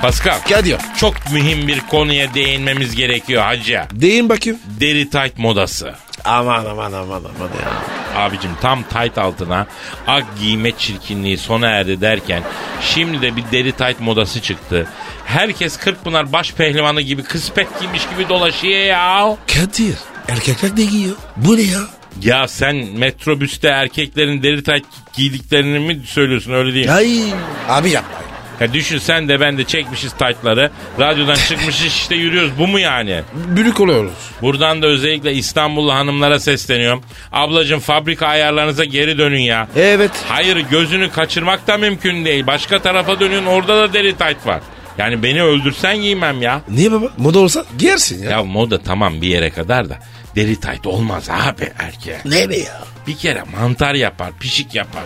Speaker 3: Pascal.
Speaker 4: Kadir.
Speaker 3: Çok mühim bir konuya değinmemiz gerekiyor hacı.
Speaker 4: Deyin bakayım.
Speaker 3: Deri tight modası.
Speaker 4: Aman aman aman aman ya.
Speaker 3: Abicim tam tight altına ak giyme çirkinliği sona erdi derken şimdi de bir deri tight modası çıktı. Herkes Kırkpınar baş pehlivanı gibi kıspet giymiş gibi dolaşıyor ya.
Speaker 4: Kadir. Erkekler ne giyiyor? Bu ne ya?
Speaker 3: Ya sen metrobüste erkeklerin deri tight giydiklerini mi söylüyorsun öyle değil mi?
Speaker 4: Ay. Abi yapma.
Speaker 3: Ya düşün sen de ben de çekmişiz tightları. Radyodan çıkmışız işte yürüyoruz bu mu yani?
Speaker 4: Bülük oluyoruz.
Speaker 3: Buradan da özellikle İstanbullu hanımlara sesleniyorum. Ablacığım fabrika ayarlarınıza geri dönün ya.
Speaker 4: Evet.
Speaker 3: Hayır gözünü kaçırmak da mümkün değil. Başka tarafa dönün orada da deri tayt var. Yani beni öldürsen giymem ya.
Speaker 4: Niye baba? Moda olsa giyersin ya.
Speaker 3: Ya moda tamam bir yere kadar da deri tayt olmaz abi erkeğe.
Speaker 4: Ne be ya?
Speaker 3: Bir kere mantar yapar, pişik yapar.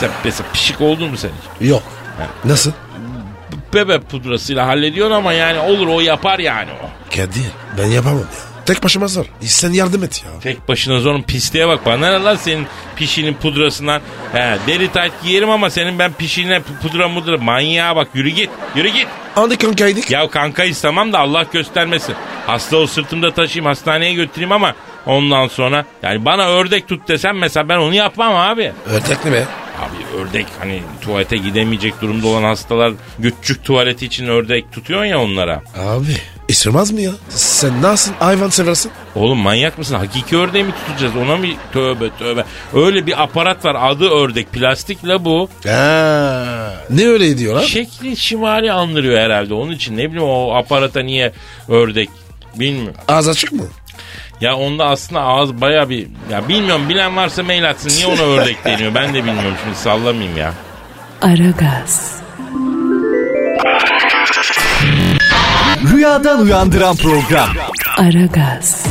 Speaker 3: Sen mesela pişik oldun mu sen hiç?
Speaker 4: Yok. Nasıl?
Speaker 3: Bebe pudrasıyla hallediyorsun ama yani olur o yapar yani o.
Speaker 4: Kadir. Ben yapamam ya. Tek başıma zor. Sen yardım et ya.
Speaker 3: Tek başına zorun pisliğe bak. Bana ne lan senin pişinin pudrasından. He, deri tayt giyerim ama senin ben pişine pu- pudra mudra manyağa bak. Yürü git. Yürü git.
Speaker 4: Hadi kankaydık.
Speaker 3: Ya kanka istemem da Allah göstermesin. Hasta ol sırtımda taşıyayım hastaneye götüreyim ama ondan sonra yani bana ördek tut desem mesela ben onu yapmam abi.
Speaker 4: Ördek ne be?
Speaker 3: Abi ördek hani tuvalete gidemeyecek durumda olan hastalar güççük tuvaleti için ördek tutuyorsun ya onlara.
Speaker 4: Abi. ısırmaz mı ya? Sen nasıl hayvan seversin?
Speaker 3: Oğlum manyak mısın? Hakiki ördeği mi tutacağız? Ona mı? Tövbe tövbe. Öyle bir aparat var adı ördek. Plastik la bu.
Speaker 4: Ha. Ne öyle diyorlar?
Speaker 3: Şekli şimali andırıyor herhalde. Onun için ne bileyim o aparata niye ördek bilmiyorum.
Speaker 4: Ağız açık mı?
Speaker 3: Ya onda aslında ağız baya bir... Ya bilmiyorum bilen varsa mail atsın. Niye ona ördek deniyor? Ben de bilmiyorum şimdi sallamayayım ya.
Speaker 2: Aragaz,
Speaker 6: Rüyadan uyandıran program.
Speaker 2: Aragaz,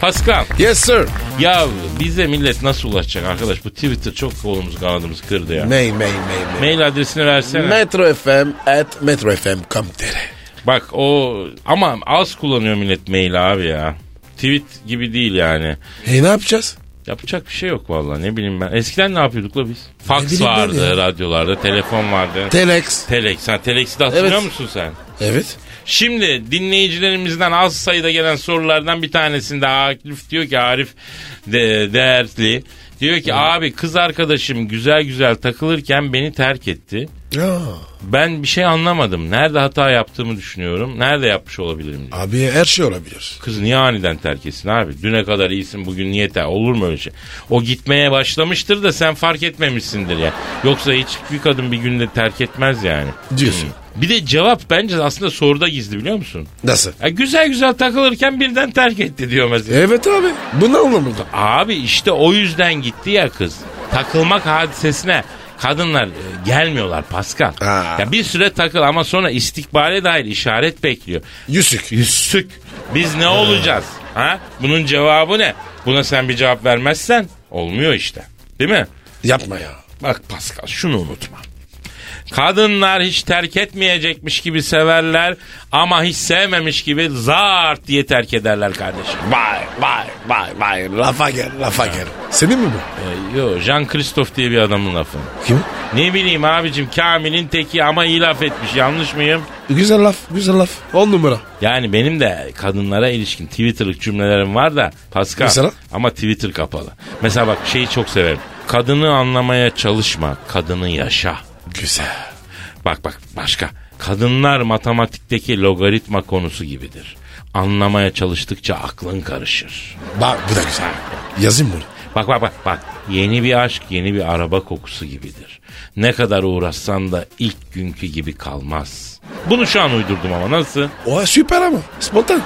Speaker 3: Pascal
Speaker 4: Yes sir.
Speaker 3: ya bize millet nasıl ulaşacak arkadaş? Bu Twitter çok kolumuz kanadımız kırdı ya.
Speaker 4: Mail mail mail mail.
Speaker 3: Mail adresini versene.
Speaker 4: Metro FM at metrofm.com.tr
Speaker 3: Bak o ama az kullanıyor millet mail abi ya. Tweet gibi değil yani.
Speaker 4: E ne yapacağız?
Speaker 3: Yapacak bir şey yok vallahi ne bileyim ben. Eskiden ne yapıyorduk la biz? Fax
Speaker 4: bileyim ben
Speaker 3: vardı
Speaker 4: ya.
Speaker 3: radyolarda, telefon vardı.
Speaker 4: Telex.
Speaker 3: Telex. Ha Telex'i de hatırlıyor
Speaker 4: Evet.
Speaker 3: musun sen?
Speaker 4: Evet.
Speaker 3: Şimdi dinleyicilerimizden az sayıda gelen sorulardan bir tanesinde Arif diyor ki Arif de, Değerli diyor ki abi kız arkadaşım güzel güzel takılırken beni terk etti.
Speaker 4: Ya.
Speaker 3: Ben bir şey anlamadım. Nerede hata yaptığımı düşünüyorum. Nerede yapmış olabilirim diyor.
Speaker 4: Abi her şey olabilir.
Speaker 3: Kız niye aniden terk etsin abi? Düne kadar iyisin bugün niye terk? Olur mu öyle şey? O gitmeye başlamıştır da sen fark etmemişsindir ya. Yoksa hiçbir kadın bir günde terk etmez yani.
Speaker 4: Diyorsun.
Speaker 3: Bir de cevap bence aslında soruda gizli biliyor musun?
Speaker 4: Nasıl?
Speaker 3: Ya güzel güzel takılırken birden terk etti diyor mesela.
Speaker 4: Evet abi. Bu ne anlamında?
Speaker 3: Abi işte o yüzden gitti ya kız. Takılmak hadisesine kadınlar e, gelmiyorlar Pascal.
Speaker 4: Ha.
Speaker 3: Ya bir süre takıl ama sonra istikbale dair işaret bekliyor.
Speaker 4: Yüzük.
Speaker 3: Yüzsük. Biz ne olacağız? Ha? Bunun cevabı ne? Buna sen bir cevap vermezsen olmuyor işte. Değil mi?
Speaker 4: Yapma ya.
Speaker 3: Bak Pascal şunu unutma. Kadınlar hiç terk etmeyecekmiş gibi severler ama hiç sevmemiş gibi zart diye terk ederler kardeşim.
Speaker 4: Vay vay vay vay. Lafa gel lafa gel. Senin mi bu?
Speaker 3: Ee, yo Jean Christophe diye bir adamın lafı.
Speaker 4: Kim?
Speaker 3: Ne bileyim abicim Kamil'in teki ama iyi laf etmiş yanlış mıyım?
Speaker 4: Güzel laf güzel laf. On numara.
Speaker 3: Yani benim de kadınlara ilişkin Twitter'lık cümlelerim var da Pascal.
Speaker 4: Mesela?
Speaker 3: Ama Twitter kapalı. Mesela bak şeyi çok severim. Kadını anlamaya çalışma, kadını yaşa.
Speaker 4: Güzel.
Speaker 3: Bak bak başka. Kadınlar matematikteki logaritma konusu gibidir. Anlamaya çalıştıkça aklın karışır.
Speaker 4: Bak bu da güzel. Yazayım bunu.
Speaker 3: Bak bak bak bak. Yeni bir aşk yeni bir araba kokusu gibidir. Ne kadar uğraşsan da ilk günkü gibi kalmaz. Bunu şu an uydurdum ama nasıl?
Speaker 4: O süper ama. Spontan.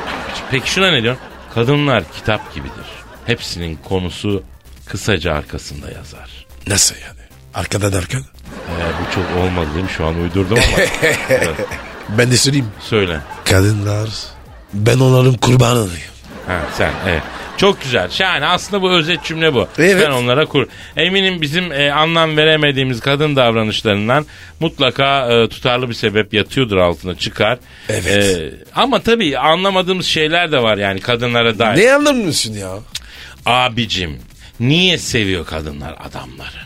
Speaker 3: Peki şuna ne diyorsun? Kadınlar kitap gibidir. Hepsinin konusu kısaca arkasında yazar.
Speaker 4: Nasıl yani? Arkada derken?
Speaker 3: Ee, bu çok olmadı değil mi? Şu an uydurdum ama. Evet,
Speaker 4: Ben de söyleyeyim.
Speaker 3: söyle.
Speaker 4: Kadınlar ben onların kurbanıyım.
Speaker 3: Ha sen evet. Çok güzel. Şahane. Aslında bu özet cümle bu.
Speaker 4: Evet.
Speaker 3: Ben onlara kur. Eminim bizim e, anlam veremediğimiz kadın davranışlarından mutlaka e, tutarlı bir sebep yatıyordur altına çıkar.
Speaker 4: Evet.
Speaker 3: E, ama tabii anlamadığımız şeyler de var yani kadınlara dair.
Speaker 4: Ne anlamıyorsun ya?
Speaker 3: Abicim niye seviyor kadınlar adamları?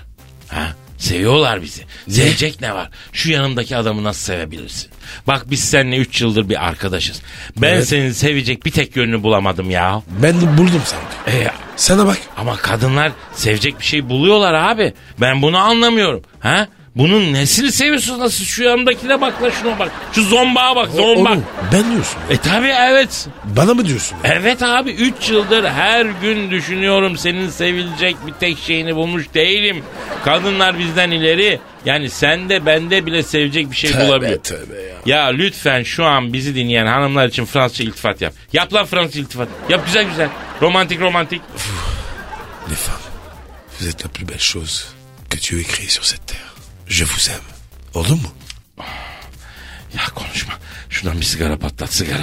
Speaker 3: Ha? Seviyorlar bizi. Sevecek ne var? Şu yanımdaki adamı nasıl sevebilirsin? Bak biz seninle 3 yıldır bir arkadaşız. Ben
Speaker 4: Evet.
Speaker 3: senin sevecek bir tek yönünü bulamadım ya.
Speaker 4: Ben de buldum sanki.
Speaker 3: E,
Speaker 4: Sana bak.
Speaker 3: ama kadınlar sevecek bir şey buluyorlar abi. Ben bunu anlamıyorum. Ha? Bunun nesini seviyorsunuz nasıl? Şu yanımdakine bak la şuna bak. Şu zombağa bak zomba.
Speaker 4: Oğlum, ben diyorsun.
Speaker 3: E tabi evet.
Speaker 4: Bana mı diyorsun?
Speaker 3: Evet abi 3 yıldır her gün düşünüyorum senin sevilecek bir tek şeyini bulmuş değilim. Kadınlar bizden ileri. Yani sende bende bile sevecek bir şey bulabiliyor.
Speaker 4: tövbe ya.
Speaker 3: Ya lütfen şu an bizi dinleyen hanımlar için Fransızca iltifat yap. Yap lan Fransızca iltifat. Yap güzel güzel. Romantik romantik.
Speaker 4: Les femmes, vous êtes la plus belle chose que Dieu ait créée sur cette terre. Je vous aime. Oldu mu?
Speaker 3: Ya konuşma. Şuradan bir sigara patlat sigara.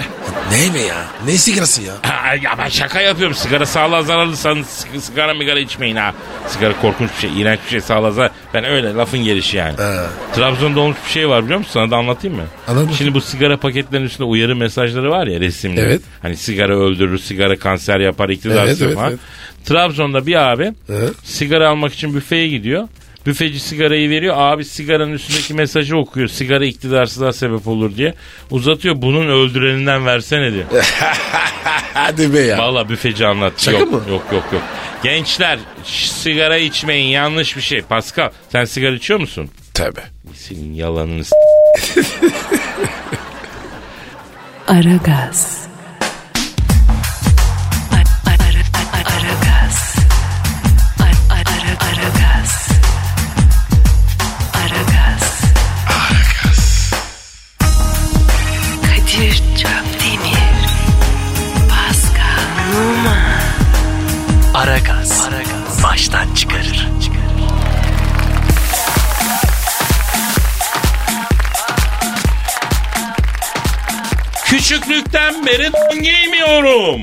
Speaker 4: Ne mi ya? Ne sigarası ya?
Speaker 3: Ha, ya ben şaka yapıyorum. Sigara sağlığa zararlıysanız sig- sigara migara içmeyin ha. Sigara korkunç bir şey, iğrenç bir şey sağlığa zarar. Ben öyle lafın gelişi yani. Trabzon'da olmuş bir şey var biliyor musun? Sana da anlatayım mı?
Speaker 4: Ee. Anlat bakayım.
Speaker 3: Şimdi bu sigara paketlerinin üstünde uyarı mesajları var ya resimli.
Speaker 4: Evet.
Speaker 3: Hani sigara öldürür, sigara kanser yapar, iktidar
Speaker 4: Evet, evet,
Speaker 3: var.
Speaker 4: evet.
Speaker 3: Trabzon'da bir abi
Speaker 4: Evet.
Speaker 3: sigara almak için büfeye gidiyor. Büfeci sigarayı veriyor. Abi sigaranın üstündeki mesajı okuyor. Sigara iktidarsızlığa sebep olur diye. Uzatıyor. Bunun öldüreninden versene diyor.
Speaker 4: Hadi be ya.
Speaker 3: Valla büfeci anlat.
Speaker 4: Şaka
Speaker 3: yok,
Speaker 4: mı?
Speaker 3: Yok yok yok. Gençler şş, sigara içmeyin yanlış bir şey. Pascal sen sigara içiyor musun?
Speaker 4: Tövbe.
Speaker 3: Senin yalanını s-
Speaker 2: Aragaz. Aragaz. Aragaz. Aragaz. Kadir Çöptemir. Pascal Numa.
Speaker 8: Aragaz. Baştan çıkarır.
Speaker 3: Küçüklükten beri giymiyorum.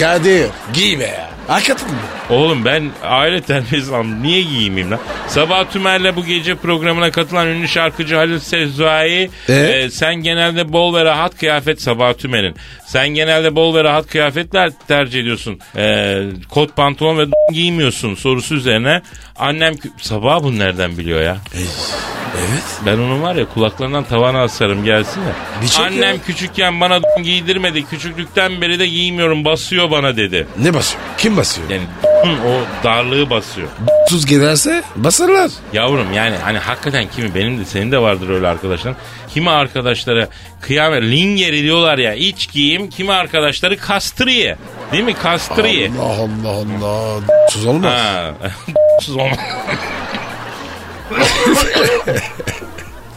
Speaker 4: Kadir giyme ya. Hakikaten mi?
Speaker 3: Oğlum ben aile terbiyesi aldım. Niye giyeyim lan? Sabah Tümer'le bu gece programına katılan ünlü şarkıcı Halil Sezai.
Speaker 4: E?
Speaker 3: e, sen genelde bol ve rahat kıyafet Sabah Tümer'in. Sen genelde bol ve rahat kıyafetler tercih ediyorsun. E, kot pantolon ve giymiyorsun sorusu üzerine. Annem kü- Sabah bunu nereden biliyor ya?
Speaker 4: Evet.
Speaker 3: Ben onun var ya kulaklarından tavana asarım gelsin ya.
Speaker 4: Bir şey
Speaker 3: Annem
Speaker 4: ya.
Speaker 3: küçükken bana giydirmedi. Küçüklükten beri de giymiyorum basıyor bana dedi.
Speaker 4: Ne basıyor? Kim basıyor?
Speaker 3: Yani o darlığı basıyor.
Speaker 4: Tuz gelirse basarlar.
Speaker 3: Yavrum yani hani hakikaten kimi benim de senin de vardır öyle arkadaşların. Kimi arkadaşlara kıyamet lingeri diyorlar ya iç giyim kimi arkadaşları kastriye. Değil mi kastriye?
Speaker 4: Allah Allah Allah. Tuz olmaz.
Speaker 3: Ha. Sus olma.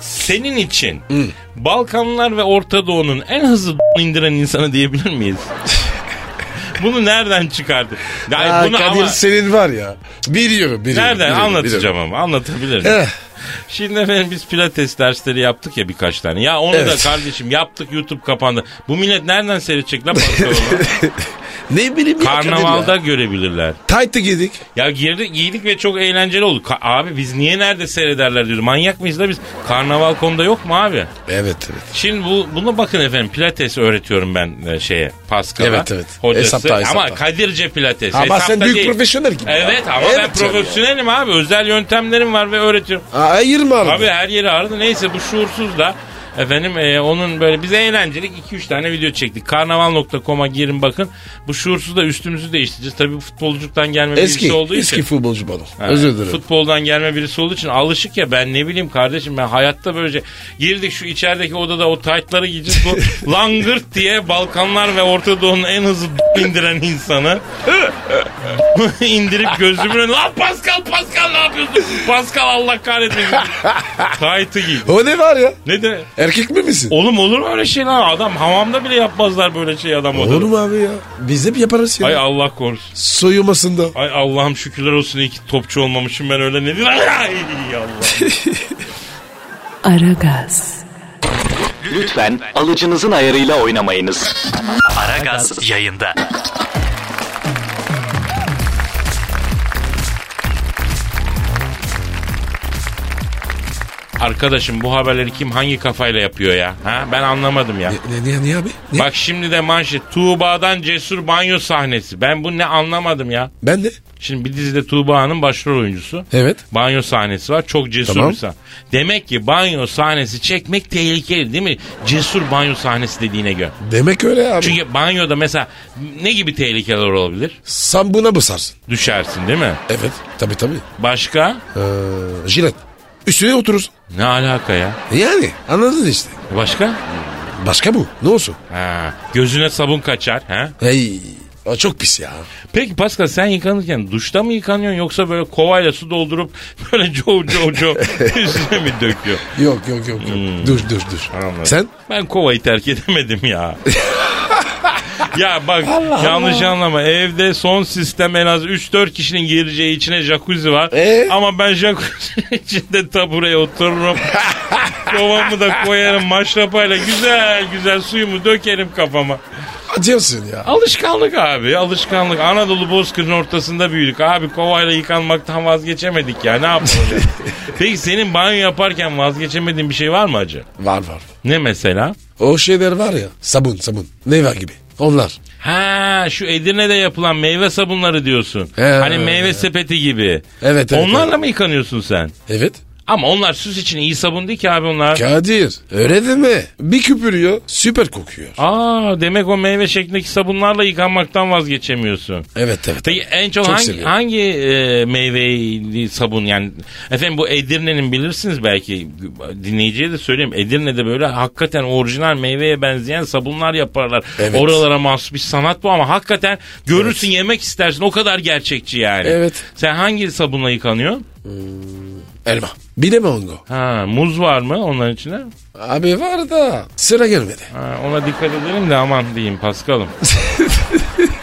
Speaker 3: Senin için Balkanlar ve Orta Doğu'nun en hızlı indiren insanı diyebilir miyiz? bunu nereden çıkardı? Yani
Speaker 4: Aa,
Speaker 3: bunu
Speaker 4: Kadir
Speaker 3: ama
Speaker 4: senin var ya. Biliyorum biliyorum.
Speaker 3: nereden
Speaker 4: biliyorum,
Speaker 3: anlatacağım ama anlatabilirim.
Speaker 4: biliyorum. Eh,
Speaker 3: Şimdi efendim biz pilates dersleri yaptık ya birkaç tane. Ya onu da
Speaker 4: Evet.
Speaker 3: kardeşim yaptık YouTube kapandı. Bu millet nereden seyredecek lan Barcelona'yı?
Speaker 4: ne bileyim ya Kadir ya.
Speaker 3: Karnavalda görebilirler.
Speaker 4: Tight'ı giydik.
Speaker 3: Ya girdik giydik ve çok eğlenceli oldu. Ka- abi biz niye nerede seyrederler diyoruz. Manyak mıyız da biz? Karnaval.com'da yok mu abi?
Speaker 4: Evet evet.
Speaker 3: Şimdi bu buna bakın efendim pilates öğretiyorum ben e, şeye Pascal'a.
Speaker 4: Evet, evet.
Speaker 3: Hocası.
Speaker 4: Hesapta, hesapta.
Speaker 3: Ama Kadirce pilates.
Speaker 4: Ama
Speaker 3: Hesapta
Speaker 4: sen büyük
Speaker 3: değil.
Speaker 4: profesyonel gibi.
Speaker 3: Evet ama
Speaker 4: Evet
Speaker 3: ben
Speaker 4: canım
Speaker 3: profesyonelim abi. Özel yöntemlerim var ve öğretiyorum.
Speaker 4: Aa, ayırma abi.
Speaker 3: Abi her yeri aradı. Neyse bu şuursuz da efendim e, onun böyle bize eğlencelik 2-3 tane video çektik. Karnaval.com'a girin bakın. Bu şuursuz da üstümüzü değiştireceğiz. Tabii bu futbolculuktan gelme
Speaker 4: Eski,
Speaker 3: birisi olduğu
Speaker 4: eski
Speaker 3: için.
Speaker 4: futbolcu bana.
Speaker 3: Ha,
Speaker 4: Özür dilerim.
Speaker 3: Futboldan gelme birisi olduğu için alışık ya ben ne bileyim kardeşim ben hayatta böylece girdik şu içerideki odada o taytları giyeceğiz bu langırt diye Balkanlar ve Orta Doğu'nun en hızlı indiren insanı İndirip gözümün önüne. Lan Pascal Pascal ne yapıyorsun? Pascal Allah kahretmesin. Kayıtı giy.
Speaker 4: O ne var ya?
Speaker 3: Ne de?
Speaker 4: Erkek mi misin?
Speaker 3: Oğlum olur mu öyle şey lan? Adam hamamda bile yapmazlar böyle şey adam odada.
Speaker 4: Oğlum abi ya. Biz hep yaparız ya.
Speaker 3: Ay Allah korusun.
Speaker 4: Soyumasında.
Speaker 3: Ay Allah'ım şükürler olsun iyi ki topçu olmamışım ben öyle ne diyeyim. Ay Allah.
Speaker 2: Aragaz,
Speaker 8: Lütfen alıcınızın ayarıyla oynamayınız. Aragaz yayında.
Speaker 3: Arkadaşım bu haberleri kim hangi kafayla yapıyor ya? Ha? Ben anlamadım ya.
Speaker 4: Ne, niye, niye abi? Ne?
Speaker 3: Bak şimdi de manşet Tuğba'dan cesur banyo sahnesi. Ben bunu ne anlamadım ya.
Speaker 4: Ben de.
Speaker 3: Şimdi bir dizide Tuğba Hanım başrol oyuncusu.
Speaker 4: Evet.
Speaker 3: Banyo sahnesi var. Çok cesur
Speaker 4: Tamam.
Speaker 3: bir sahne. Demek ki banyo sahnesi çekmek tehlikeli değil mi? Cesur banyo sahnesi dediğine göre.
Speaker 4: Demek öyle abi.
Speaker 3: Çünkü banyoda mesela ne gibi tehlikeler olabilir?
Speaker 4: Sen buna basarsın.
Speaker 3: Düşersin değil mi?
Speaker 4: Evet. Tabii tabii.
Speaker 3: Başka?
Speaker 4: Ee, jilet. Üstüne oturursun.
Speaker 3: Ne alaka ya?
Speaker 4: Yani anladın işte.
Speaker 3: Başka?
Speaker 4: Başka bu. Ne olsun?
Speaker 3: Ha, gözüne sabun kaçar. Ha?
Speaker 4: Hey. o çok pis ya.
Speaker 3: Peki Pascal sen yıkanırken duşta mı yıkanıyorsun yoksa böyle kovayla su doldurup böyle co co co üstüne mi döküyor?
Speaker 4: Yok yok yok. yok. Dur dur dur.
Speaker 3: Hmm. Anladım.
Speaker 4: Sen?
Speaker 3: Ben kovayı terk edemedim ya. ya bak yanlış anlama evde son sistem en az 3-4 kişinin gireceği içine jacuzzi var.
Speaker 4: Ee?
Speaker 3: Ama ben jacuzzi içinde tabureye otururum. Kovamı da koyarım maşrapayla güzel güzel suyumu dökerim kafama.
Speaker 4: Acıyorsun ya.
Speaker 3: Alışkanlık abi alışkanlık. Anadolu Bozkır'ın ortasında büyüdük. Abi kovayla yıkanmaktan vazgeçemedik ya ne yapalım. ya? Peki senin banyo yaparken vazgeçemediğin bir şey var mı acı?
Speaker 4: Var var.
Speaker 3: Ne mesela?
Speaker 4: O şeyler var ya. Sabun sabun. Neva gibi. Onlar.
Speaker 3: Ha şu Edirne'de yapılan meyve sabunları diyorsun.
Speaker 4: He.
Speaker 3: hani meyve sepeti gibi.
Speaker 4: Evet, evet,
Speaker 3: Onlarla
Speaker 4: evet.
Speaker 3: mı yıkanıyorsun sen?
Speaker 4: Evet.
Speaker 3: Ama onlar süs için iyi sabun değil ki abi onlar.
Speaker 4: Kadir öyle deme. Bir küpürüyor süper kokuyor.
Speaker 3: Aa demek o meyve şeklindeki sabunlarla yıkanmaktan vazgeçemiyorsun.
Speaker 4: Evet evet.
Speaker 3: Peki en çok,
Speaker 4: Çok
Speaker 3: hangi,
Speaker 4: seviyorum.
Speaker 3: hangi e, meyveli sabun yani efendim bu Edirne'nin bilirsiniz belki dinleyiciye de söyleyeyim Edirne'de böyle hakikaten orijinal meyveye benzeyen sabunlar yaparlar.
Speaker 4: Evet.
Speaker 3: Oralara mahsus bir sanat bu ama hakikaten görürsün yemek istersin o kadar gerçekçi yani.
Speaker 4: Evet.
Speaker 3: Sen hangi sabunla yıkanıyorsun?
Speaker 4: Elma. Bir de mango.
Speaker 3: Ha, muz var mı onların içine?
Speaker 4: Abi var da sıra gelmedi.
Speaker 3: Ha, ona dikkat edelim de aman diyeyim Paskal'ım.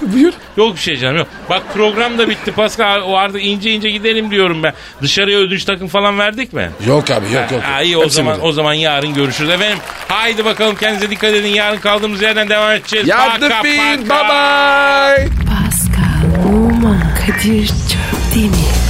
Speaker 4: Buyur.
Speaker 3: Yok bir şey canım yok. Bak program da bitti Pascal o artık ince ince gidelim diyorum ben. Dışarıya ödünç takım falan verdik mi?
Speaker 4: Yok abi yok yok. yok.
Speaker 3: Ha, iyi o
Speaker 4: Hepsi
Speaker 3: zaman
Speaker 4: burada.
Speaker 3: o zaman yarın görüşürüz efendim. Haydi bakalım kendinize dikkat edin. Yarın kaldığımız yerden devam edeceğiz.
Speaker 4: Yardım
Speaker 3: Paka,
Speaker 4: bin. Bye
Speaker 3: paka.
Speaker 4: bye.
Speaker 2: Pascal, Oman, Kadir çok değil mi?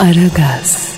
Speaker 2: Aragaz.